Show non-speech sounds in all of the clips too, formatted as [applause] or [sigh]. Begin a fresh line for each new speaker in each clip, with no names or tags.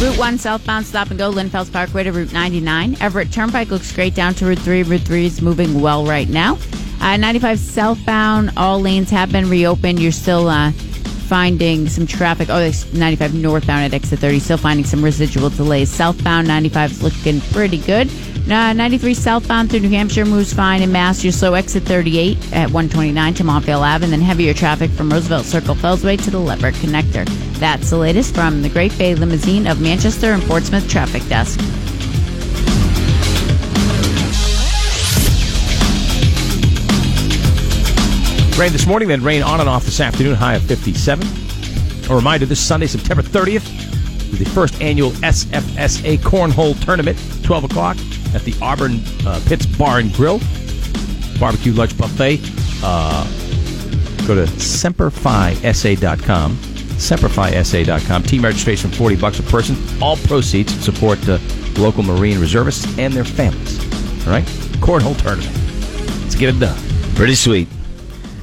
Route 1 southbound stop and go, Linfels Parkway to Route 99. Everett Turnpike looks great down to Route 3. Route 3 is moving well right now. Uh, 95 southbound, all lanes have been reopened. You're still uh, finding some traffic. Oh, there's 95 northbound at exit 30, still finding some residual delays. Southbound 95 is looking pretty good. Uh, 93 southbound through New Hampshire moves fine in Mass. You're slow exit 38 at 129 to Montvale Ave, and then heavier traffic from Roosevelt Circle Fellsway to the Leverett Connector. That's the latest from the Great Bay Limousine of Manchester and Portsmouth Traffic Desk.
Rain this morning, then rain on and off this afternoon, high of 57. A reminder this Sunday, September 30th, is the first annual SFSA Cornhole Tournament, 12 o'clock at the Auburn uh, Pitts Bar and Grill. Barbecue lunch buffet. Uh, go to semperfysa.com. Semperfysa.com. Team registration 40 bucks a person. All proceeds support uh, local Marine reservists and their families. All right? Cornhole Tournament. Let's get it done.
Pretty sweet.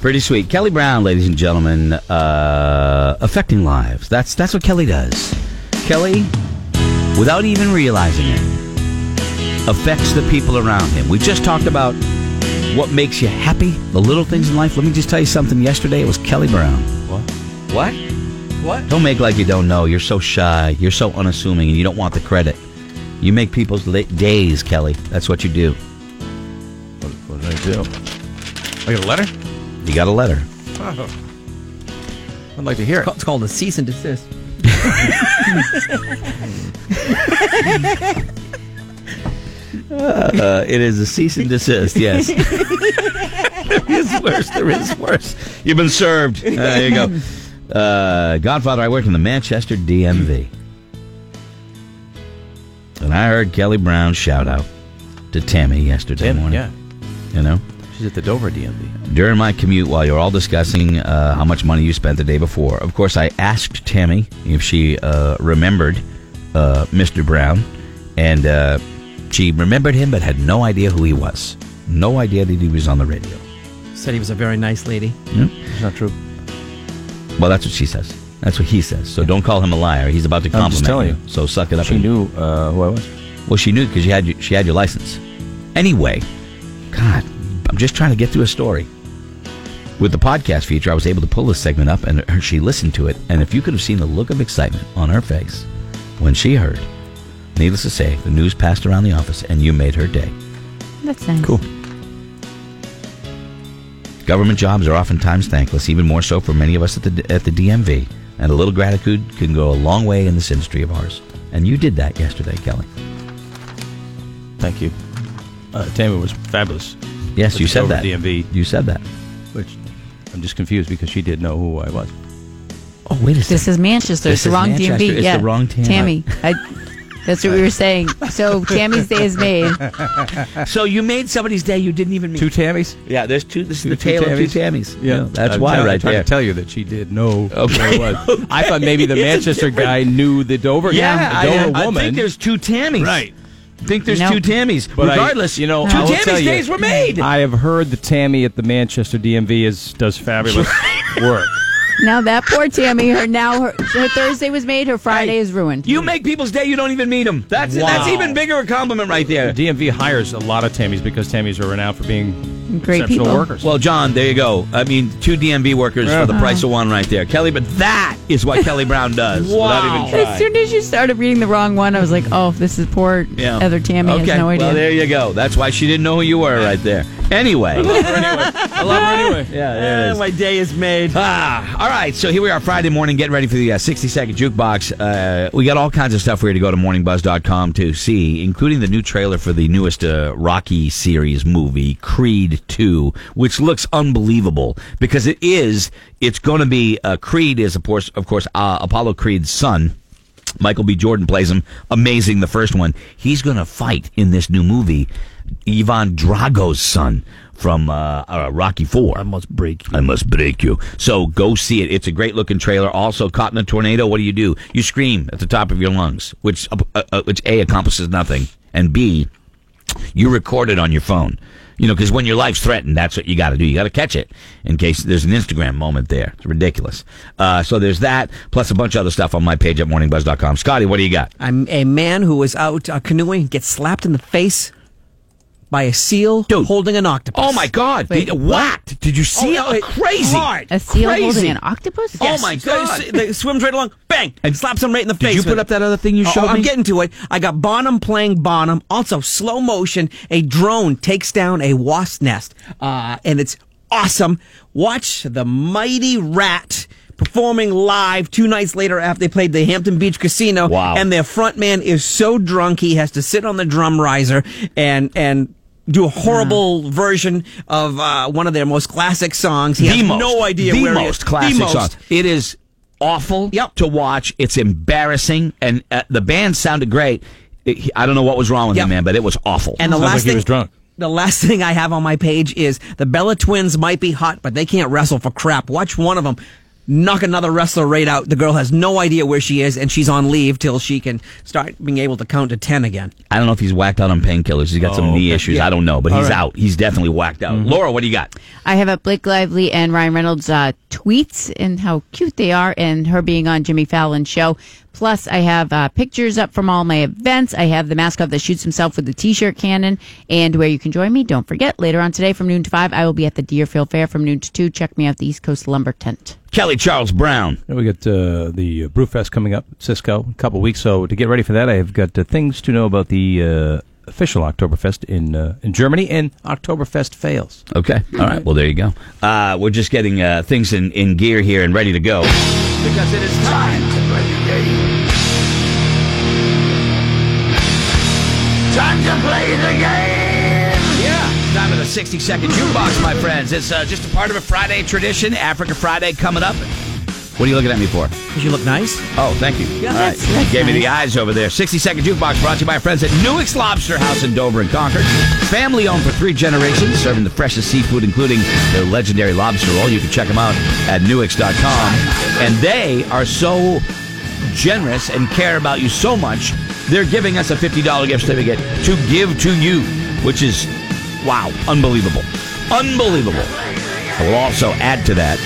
Pretty sweet. Kelly Brown, ladies and gentlemen, uh, affecting lives. That's that's what Kelly does. Kelly, without even realizing it, affects the people around him. We just talked about what makes you happy, the little things in life. Let me just tell you something. Yesterday, it was Kelly Brown. What? What? What? Don't make like you don't know. You're so shy. You're so unassuming, and you don't want the credit. You make people's la- days, Kelly. That's what you do.
What, what did I do? I Oh, got a letter?
You got a letter.
I'd like to hear it.
It's called a cease and desist.
Uh, it is a cease and desist, yes. [laughs] there is worse. There is worse. You've been served. Uh, there you go. Uh, Godfather, I worked in the Manchester DMV. And I heard Kelly Brown's shout out to Tammy yesterday
Tim,
morning.
yeah.
You know?
She's at the Dover DMV.
During my commute, while you're all discussing uh, how much money you spent the day before, of course, I asked Tammy if she uh, remembered uh, Mr. Brown, and uh, she remembered him but had no idea who he was. No idea that he was on the radio.
Said he was a very nice lady.
It's not true.
Well, that's what she says. That's what he says. So don't call him a liar. He's about to compliment
I'm just telling you.
So suck it up.
She
and-
knew uh, who I was.
Well, she knew because she had your- she had your license. Anyway, God, I'm just trying to get through a story. With the podcast feature, I was able to pull this segment up, and her, she listened to it. And if you could have seen the look of excitement on her face when she heard, needless to say, the news passed around the office, and you made her day.
That's nice.
Cool. Government jobs are oftentimes thankless, even more so for many of us at the, at the DMV. And a little gratitude can go a long way in this industry of ours. And you did that yesterday, Kelly.
Thank you. Uh, Tammy was fabulous.
Yes,
But
you
it's
said
over
that.
DMV.
You said that.
Which I'm just confused because she did know who I was.
Oh, wait a second.
This is Manchester.
This
it's the
is
wrong
Manchester.
DMV.
It's the
yeah.
wrong Tammy.
I, that's what we were saying. So Tammy's day is made.
so you made somebody's day you didn't even meet.
Two Tammys.
yeah, there's two. This is
Two-
the
two
tale of two
Tammys?
Tammys. that's
I'm
why
tell- I'm
right
trying
there.
to tell you that she did know
Okay.
who I was. [laughs] I thought maybe the
It's a
Manchester
different-
guy knew the Dover
yeah,
guy,
I,
the Dover
I
woman.
think there's two Tammys.
Right.
I think there's
No.
two Tammys.
But I-
Regardless,
you know,
two
I will
Tammys
tell you,
days were made.
I have heard the Tammy at the Manchester DMV is does [laughs] fabulous work.
Now that poor Tammy, her now her, her Thursday was made, her Friday
Hey,
is ruined.
you make people's day. You don't even meet them. That's
Wow.
that's even bigger a compliment right there.
The DMV hires a lot of Tammys because Tammys are renowned for being
Great
exceptional
people.
workers.
Well, John, there you go. I mean, two DMV workers
Yeah.
for the price of one right there, Kelly. But that is what Kelly Brown does. Without
[laughs] Wow.
even trying.
as soon as you started reading the wrong one, I was like, "Oh, this is poor
Yeah.
other Tammy
okay.
has no idea."
Well, there you go. That's why she didn't know who you were right there.
[laughs]
Anyway.
I love her anyway. [laughs]
Yeah, there it is.
eh, my day is made.
[laughs] Ah, all right. So here we are Friday morning, getting ready for the uh, 60 second jukebox. Uh, we got all kinds of stuff for you to go to morningbuzz.com to see, including the new trailer for the newest uh, Rocky series movie, Creed 2, which looks unbelievable because it is, it's going to be, uh, Creed is, of course, of course uh, Apollo Creed's son. Michael B. Jordan plays him. Amazing, the first one. He's going to fight in this new movie, Ivan Drago's son from uh, uh, Rocky Four. I must break you. I must break you. So go see it. It's a great looking trailer. Also, caught in a tornado, what do you do? You scream at the top of your lungs, which uh, uh, which a accomplishes nothing, and b you record it on your phone. You know, because when your life's threatened, that's what you got to do. You got to catch it in case there's an Instagram moment there. It's ridiculous. Uh, so there's that, plus a bunch of other stuff on my page at morningbuzz.com. Scotty, what do you got?
I'm a man who was out uh, canoeing gets slapped in the face by a seal
Dude.
holding an octopus.
Oh my God!
Wait,
Did- what? Did you see?
Oh,
it?
it-
crazy!
hard.
A seal
Crazy.
holding an octopus?
Oh, my God.
So they swims right along, bang, and slaps him right in the
Did
face.
you put
with
up
it.
that other thing you
Oh,
showed
I'm
me?
getting to it. I got Bonham playing Bonham. Also, slow motion. A drone takes down a wasp nest, uh, and it's awesome. Watch the mighty rat performing live two nights later after they played the Hampton Beach Casino.
Wow.
And their front man is so drunk he has to sit on the drum riser and and. Do a horrible version of uh, one of their most classic songs. He
the
has
most,
no idea
the
where it is.
most classic
the most.
song. It is awful
Yep.
to watch. It's embarrassing, and uh, the band sounded great. It- he- I don't know what was wrong with
Yep.
the man, but it was awful.
And the
Sounds
last
like he
thing
was drunk.
The last thing I have on my page is the Bella twins might be hot, but they can't wrestle for crap. Watch one of them knock another wrestler right out. The girl has no idea where she is, and she's on leave till she can start being able to count to ten again.
I don't know if he's whacked out on painkillers. He's got some
Oh,
knee
okay.
issues.
Yeah.
I don't know, but
All
he's
right.
out. He's definitely whacked out.
Mm-hmm.
Laura, what do you got?
I have a Blake Lively and Ryan Reynolds uh, tweets and how cute they are, and her being on Jimmy Fallon's show. Plus, I have uh, pictures up from all my events. I have the mascot that shoots himself with the T-shirt cannon, and where you can join me. Don't forget later on today from noon to five, I will be at the Deerfield Fair from noon to two. Check me out the East Coast Lumber Tent.
Kelly Charles Brown.
Yeah, we got uh, the uh, Brewfest coming up at Cisco in a couple weeks. So to get ready for that, I have got uh, things to know about the uh, official Oktoberfest in uh, in Germany and Oktoberfest fails.
Okay. All right. Well, there you go. Uh, we're just getting uh, things in, in gear here and ready to go. Because it is time to play the game. Time to play the game. Yeah. it's Time for the 60 second jukebox, my friends. It's uh, just a part of a Friday tradition. Africa Friday coming up. What are you looking at me for?
You look nice.
Oh, thank you. All right.
that's- that's
Gave me
nice.
the eyes over there. 60 Second Jukebox brought to you by our friends at Newick's Lobster House in Dover and Concord. Family owned for three generations, serving the freshest seafood, including their legendary lobster roll. You can check them out at Newicks.com. And they are so generous and care about you so much, they're giving us a $50 gift certificate to give to you, which is, wow, unbelievable. Unbelievable. I will also add to that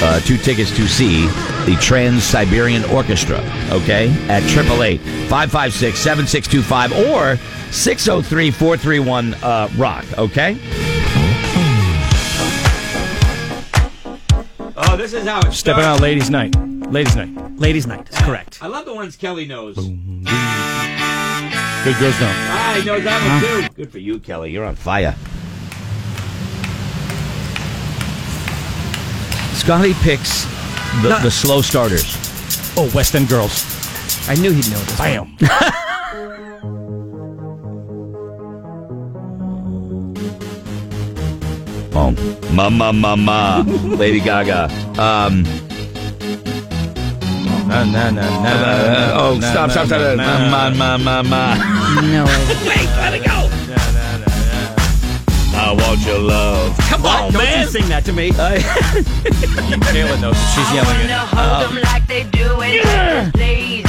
uh, two tickets to see the Trans Siberian Orchestra, okay, at 888 556 7625 or 603 431 uh, Rock, okay? Oh, this is how it
Stepping out, ladies' night. Ladies' night.
Ladies' night is correct.
I love the ones Kelly knows.
Good girls don't.
I know that one too. Good for you, Kelly. You're on fire. Scotty picks the,
No.
the slow starters.
Oh, West End girls.
I knew he'd know this.
Bam. [laughs]
Oh, ma ma ma ma, Lady Gaga. Um,
na, na, na, na,
uh, oh,
na,
stop,
na,
stop, stop!
na,
stop.
na,
Ma ma ma ma ma.
No, idea.
Wait, let it go. I want your love. Come on, man.
sing that
[laughs]
to me.
Kayla knows it. She's yelling Um, it.
Hold them like they do it. Please.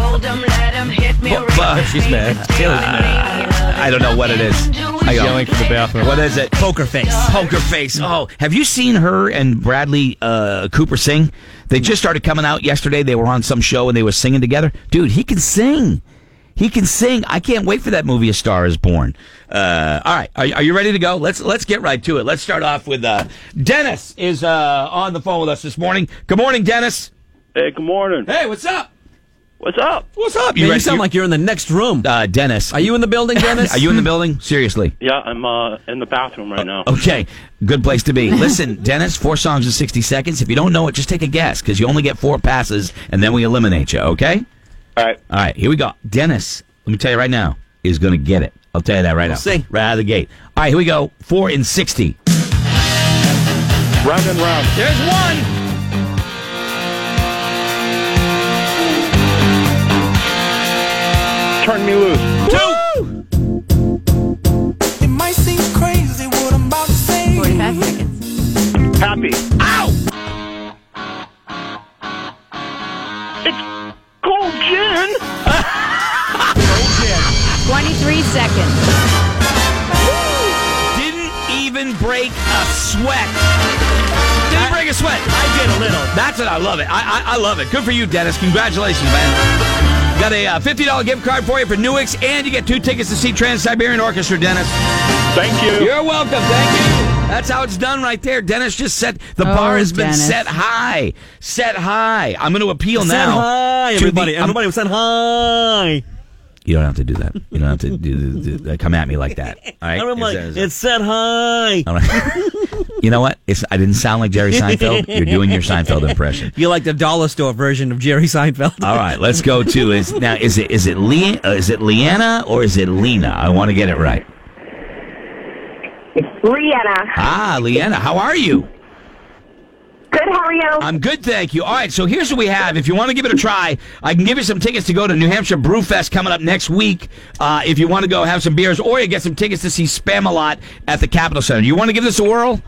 Hold them, let them hit me.
Bu- bu-
right
she's
between
mad.
the
Kayla's
teeth.
I don't know what it is. I go.
Yelling from the bathroom.
What is it? Poker face. Poker face. Oh, have you seen her and Bradley uh, Cooper sing? They just started coming out yesterday. They were on some show and they were singing together. Dude, he can sing. He can sing. I can't wait for that movie. A Star Is Born. Uh, all right, are, are you ready to go? Let's let's get right to it. Let's start off with uh, Dennis is uh, on the phone with us this morning. Good morning, Dennis.
Hey, good morning.
Hey, what's up?
What's up?
What's up?
You,
ready-
sound like you're in the next room.
uh, Dennis.
Are you in the building, Dennis?
Are you in the building? Seriously.
Yeah, I'm uh, in the bathroom right now.
Okay, good place to be. Listen, [laughs] Dennis, four songs in 60 seconds. If you don't know it, just take a guess because you only get four passes and then we eliminate you, okay?
All right.
All right, here we go. Dennis, let me tell you right now, is going to get it. I'll tell you that right now.
see.
Right out of the gate. All right, here we go. Four in 60.
Round and round.
There's one.
Turn me loose.
Two.
It might seem crazy what I'm about to say.
45 seconds.
Happy.
Ow.
It's cold gin.
23 seconds.
even break a sweat. Didn't break a sweat.
I did a little.
That's what I love it. I, I, I love it. Good for you, Dennis. Congratulations, man. Got a uh, $50 gift card for you for Newix, and you get two tickets to see Trans Siberian Orchestra, Dennis.
Thank you.
You're welcome. Thank you. That's how it's done right there. Dennis just set the
Oh,
bar has been
Dennis.
set high. Set high. I'm going to appeal
Send
now.
hi,
to the-
everybody.
I'm-
everybody was saying hi.
you don't have to do that. You don't have to do, do, do- come at me like that. All
[laughs]
right.
Everyone like,
It's-
it said hi.
all right. [laughs] you know what? It's, I didn't sound like Jerry Seinfeld. You're doing your Seinfeld impression.
You like the dollar store version of Jerry Seinfeld.
All right, let's go to is now is it is it Le, uh, is it Leanna or is it Lena? I want to get it right.
Rihanna.
Ah, Leanna, how are you?
Good, how are you?
I'm good, thank you. All right, so here's what we have. If you want to give it a try, I can give you some tickets to go to New Hampshire Brew Fest coming up next week. Uh, if you want to go have some beers, or you get some tickets to see Spamalot at the Capitol Center. You want to give this a whirl?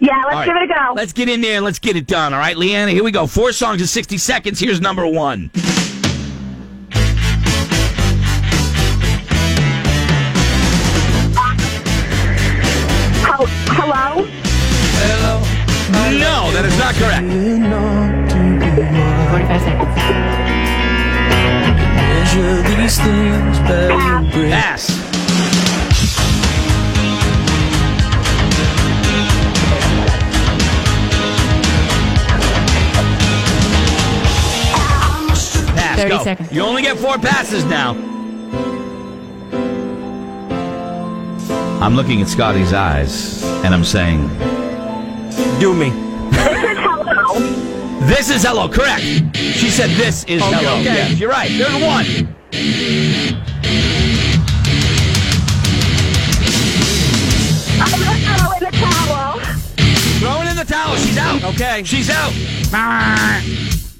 yeah, let's
All
give
right.
it a go.
Let's get in there and let's get it done. All right, Leanna, here we go. Four songs in 60 seconds. Here's number one.
Hel- Hello?
No, that is not correct.
45 seconds.
Pass. Pass,
30
go.
seconds.
You only get four passes now. I'm looking at Scotty's eyes and I'm saying,
Do me.
This is [laughs] hello.
This is hello, correct. She said, This is hello.
okay.
Yes, you're right. There's one.
I'm the hello in Oh, the towel.
Throwing in the towel. She's out.
Okay.
She's out.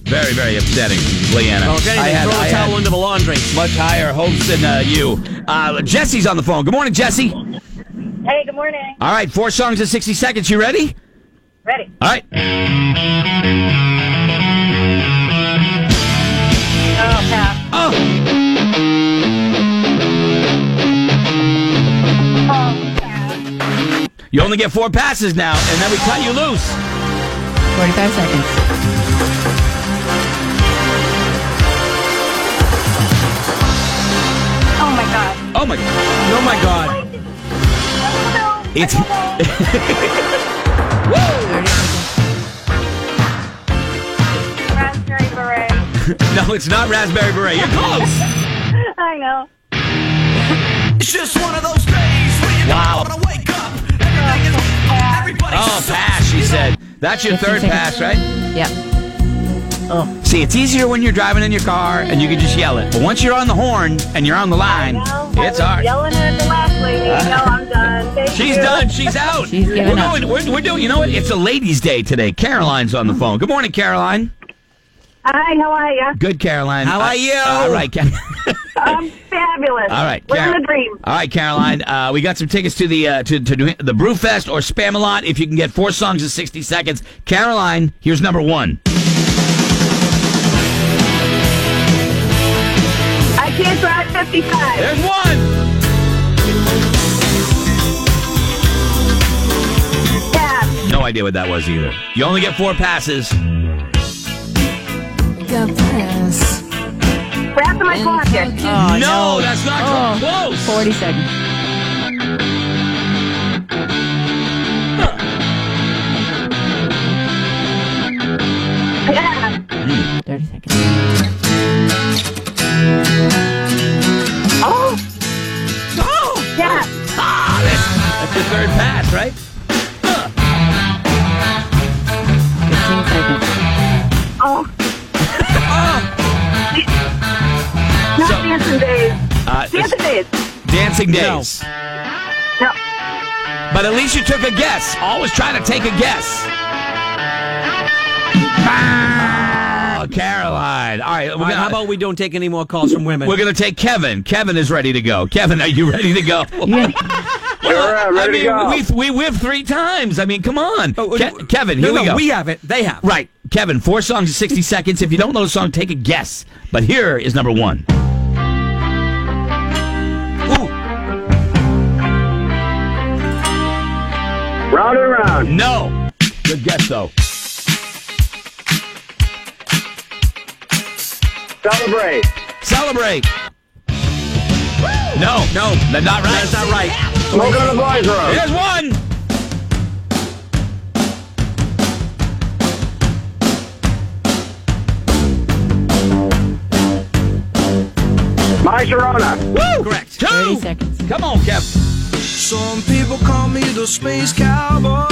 Very, very upsetting, Leanna.
Well, if anything,
I had-
throw
I
the
had-
towel into the laundry.
much higher hopes than uh, you. Uh, Jesse's on the phone. Good morning, Jesse.
Hey, good morning.
All right, four songs in 60 seconds. You ready?
Ready. [laughs]
All right.
Oh, pass.
Oh,
Oh, pass.
you only get four passes now, and then we cut you loose.
45 seconds.
Oh, my God.
Oh, my God.
Oh my God.
Oh, no.
It's-
Hello. Raspberry beret.
No, it's not Raspberry Beret. You're close.
I know.
It's just one of those days when you
Wow.
don't want to wake up. Everything is, everybody
Oh,
sucks.
pass, she said. That's your third pass, right?
Yep.
See, it's easier when you're driving in your car and you can just yell it. But once you're on the horn and you're on the line,
No, I
it's
was
hard.
yelling at the last lady. No, I'm done. Thank
[laughs] She's
you.
done. She's out.
She's
we're,
giving up.
doing, we're, we're doing, you know what? It's a ladies' day today. Caroline's on the phone. Good morning, Caroline.
Hi, how are ya?
Good, Caroline.
How
Uh,
are you?
All right, Ca-
I'm fabulous.
all right.
We're
Car-
in the dream.
All right, Caroline. Uh, we got some tickets to the uh, to, to New- the Brewfest or Spamalot. If you can get four songs in sixty seconds, Caroline. Here's number one.
I can't drive 55.
There's one.
Pass.
No idea what that was either. You only get four passes.
Wrap in my pocket.
Oh,
no, that's not
Oh,
close.
40 seconds.
Pass.
30 seconds.
Oh. Oh. Yeah.
That's your third pass, right?
15 seconds.
Oh. Not
So-
dancing days.
[laughs] Uh,
Dancing
it's
days.
dancing days.
No.
But at least you took a guess. Always try to take a guess. Oh, Caroline. All right, we're
All right,
gonna-
how about we don't take any more calls from women?
We're going to take Kevin. Kevin is ready to go. Kevin, are you ready to
[laughs]
go?
Yeah,
I
uh, ready to
mean,
go.
we we whipped three times. I mean, come on,
Oh,
Ke-
uh,
Kevin.
no,
Here we
no,
go.
We have it. They have.
right, Kevin. Four songs in sixty seconds. If you don't know the song, take a guess. But here is number one.
Ooh.
Brown.
No. Good guess, though.
Celebrate.
Celebrate. No. No. That's not right. That's not right.
Smoke on the boys road.
There's one.
My Sharona.
Woo. Correct. Two.
30 seconds.
Come on, Kev.
Some people call me the space cowboy.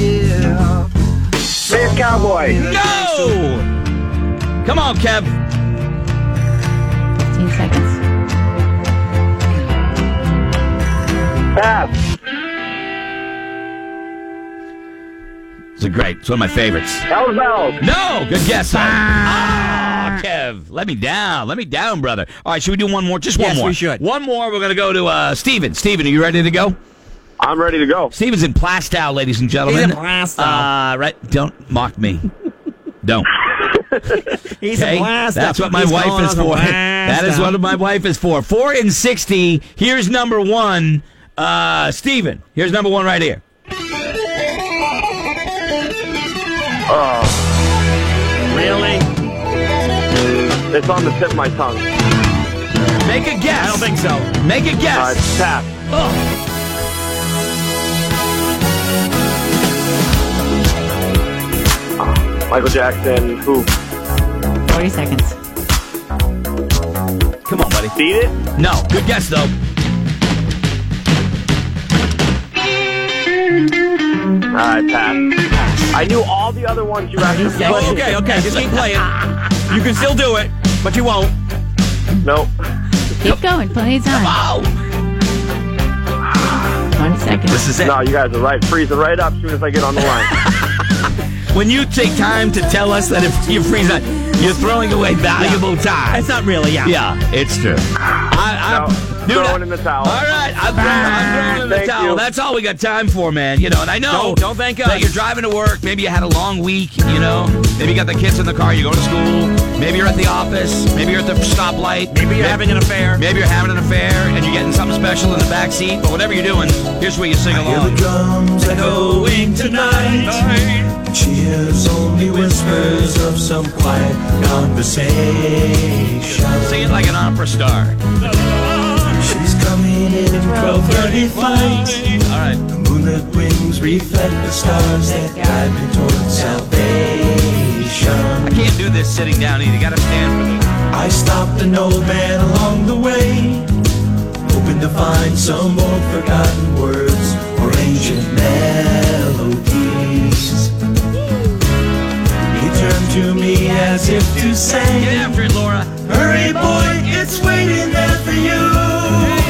Yeah.
Space Cowboy.
No. Come on, Kev.
15 seconds.
Pass.
It's a great. It's one of my favorites.
Hell's Bells.
No. Good guess. though. Ah, Kev. Let me down. Let me down, brother. All right. Should we do one more? Just one
Yes,
more.
we should.
One more. We're gonna go to uh, Steven. Steven, are you ready to go?
I'm ready to go.
Steven's in Plastow, ladies and gentlemen.
He's in Plastow.
Uh, right. Don't mock me. Don't.
He's
Okay?
a blast.
That's what my
He's
wife
calling
is
us a
for. [laughs]
blast
That is
out.
what my wife is for. Four and sixty. Here's number one. Uh, Steven. Here's number one right here.
Really? It's on the tip of my tongue.
Make a guess. I don't think so. Make a
Uh,
guess.
tap. Michael Jackson. Who?
40 seconds.
Come on, buddy.
Beat it?
No. Good guess though.
All right, pass. I knew all the other ones you asked. me.
Oh, okay, okay. Just keep
[laughs]
playing. You can still do it, but you won't.
Nope.
Keep going. Plenty of time.
Oh.
20 seconds.
This is it.
No, you guys are right. Freeze it right up as soon as I get on the line.
When you take time to tell us that if you freeze that, you're throwing away valuable time.
It's not really, yeah.
Yeah, it's true. I,
No,
I'm dude,
throwing
I-
in the towel.
All right, I'm throwing, I'm throwing in the
Thank
towel.
you.
That's all we got time for, man. You know, and I know
Don't- don't thank
that
us.
you're driving to work. Maybe you had a long week. You know, maybe you got the kids in the car. You go to school. Maybe you're at the office. Maybe you're at the stoplight.
Maybe you're having an affair.
Maybe you're having an affair and you're getting something special in the back seat. But whatever you're doing, here's where you sing
Hear the
along.
drums echoing tonight. She hears only whispers of some quiet conversation.
Sing it like an opera star.
She's coming in 12:30 flight.
All right,
The moonlit wings reflect the stars that guide me toward salvation.
I can't do this sitting down either. You got to stand for this.
I stopped an old man along the way, hoping to find some old forgotten words or ancient melodies. He turned to me as if to
Get
say,
after it, Laura.
Hurry, boy, it's waiting there for you.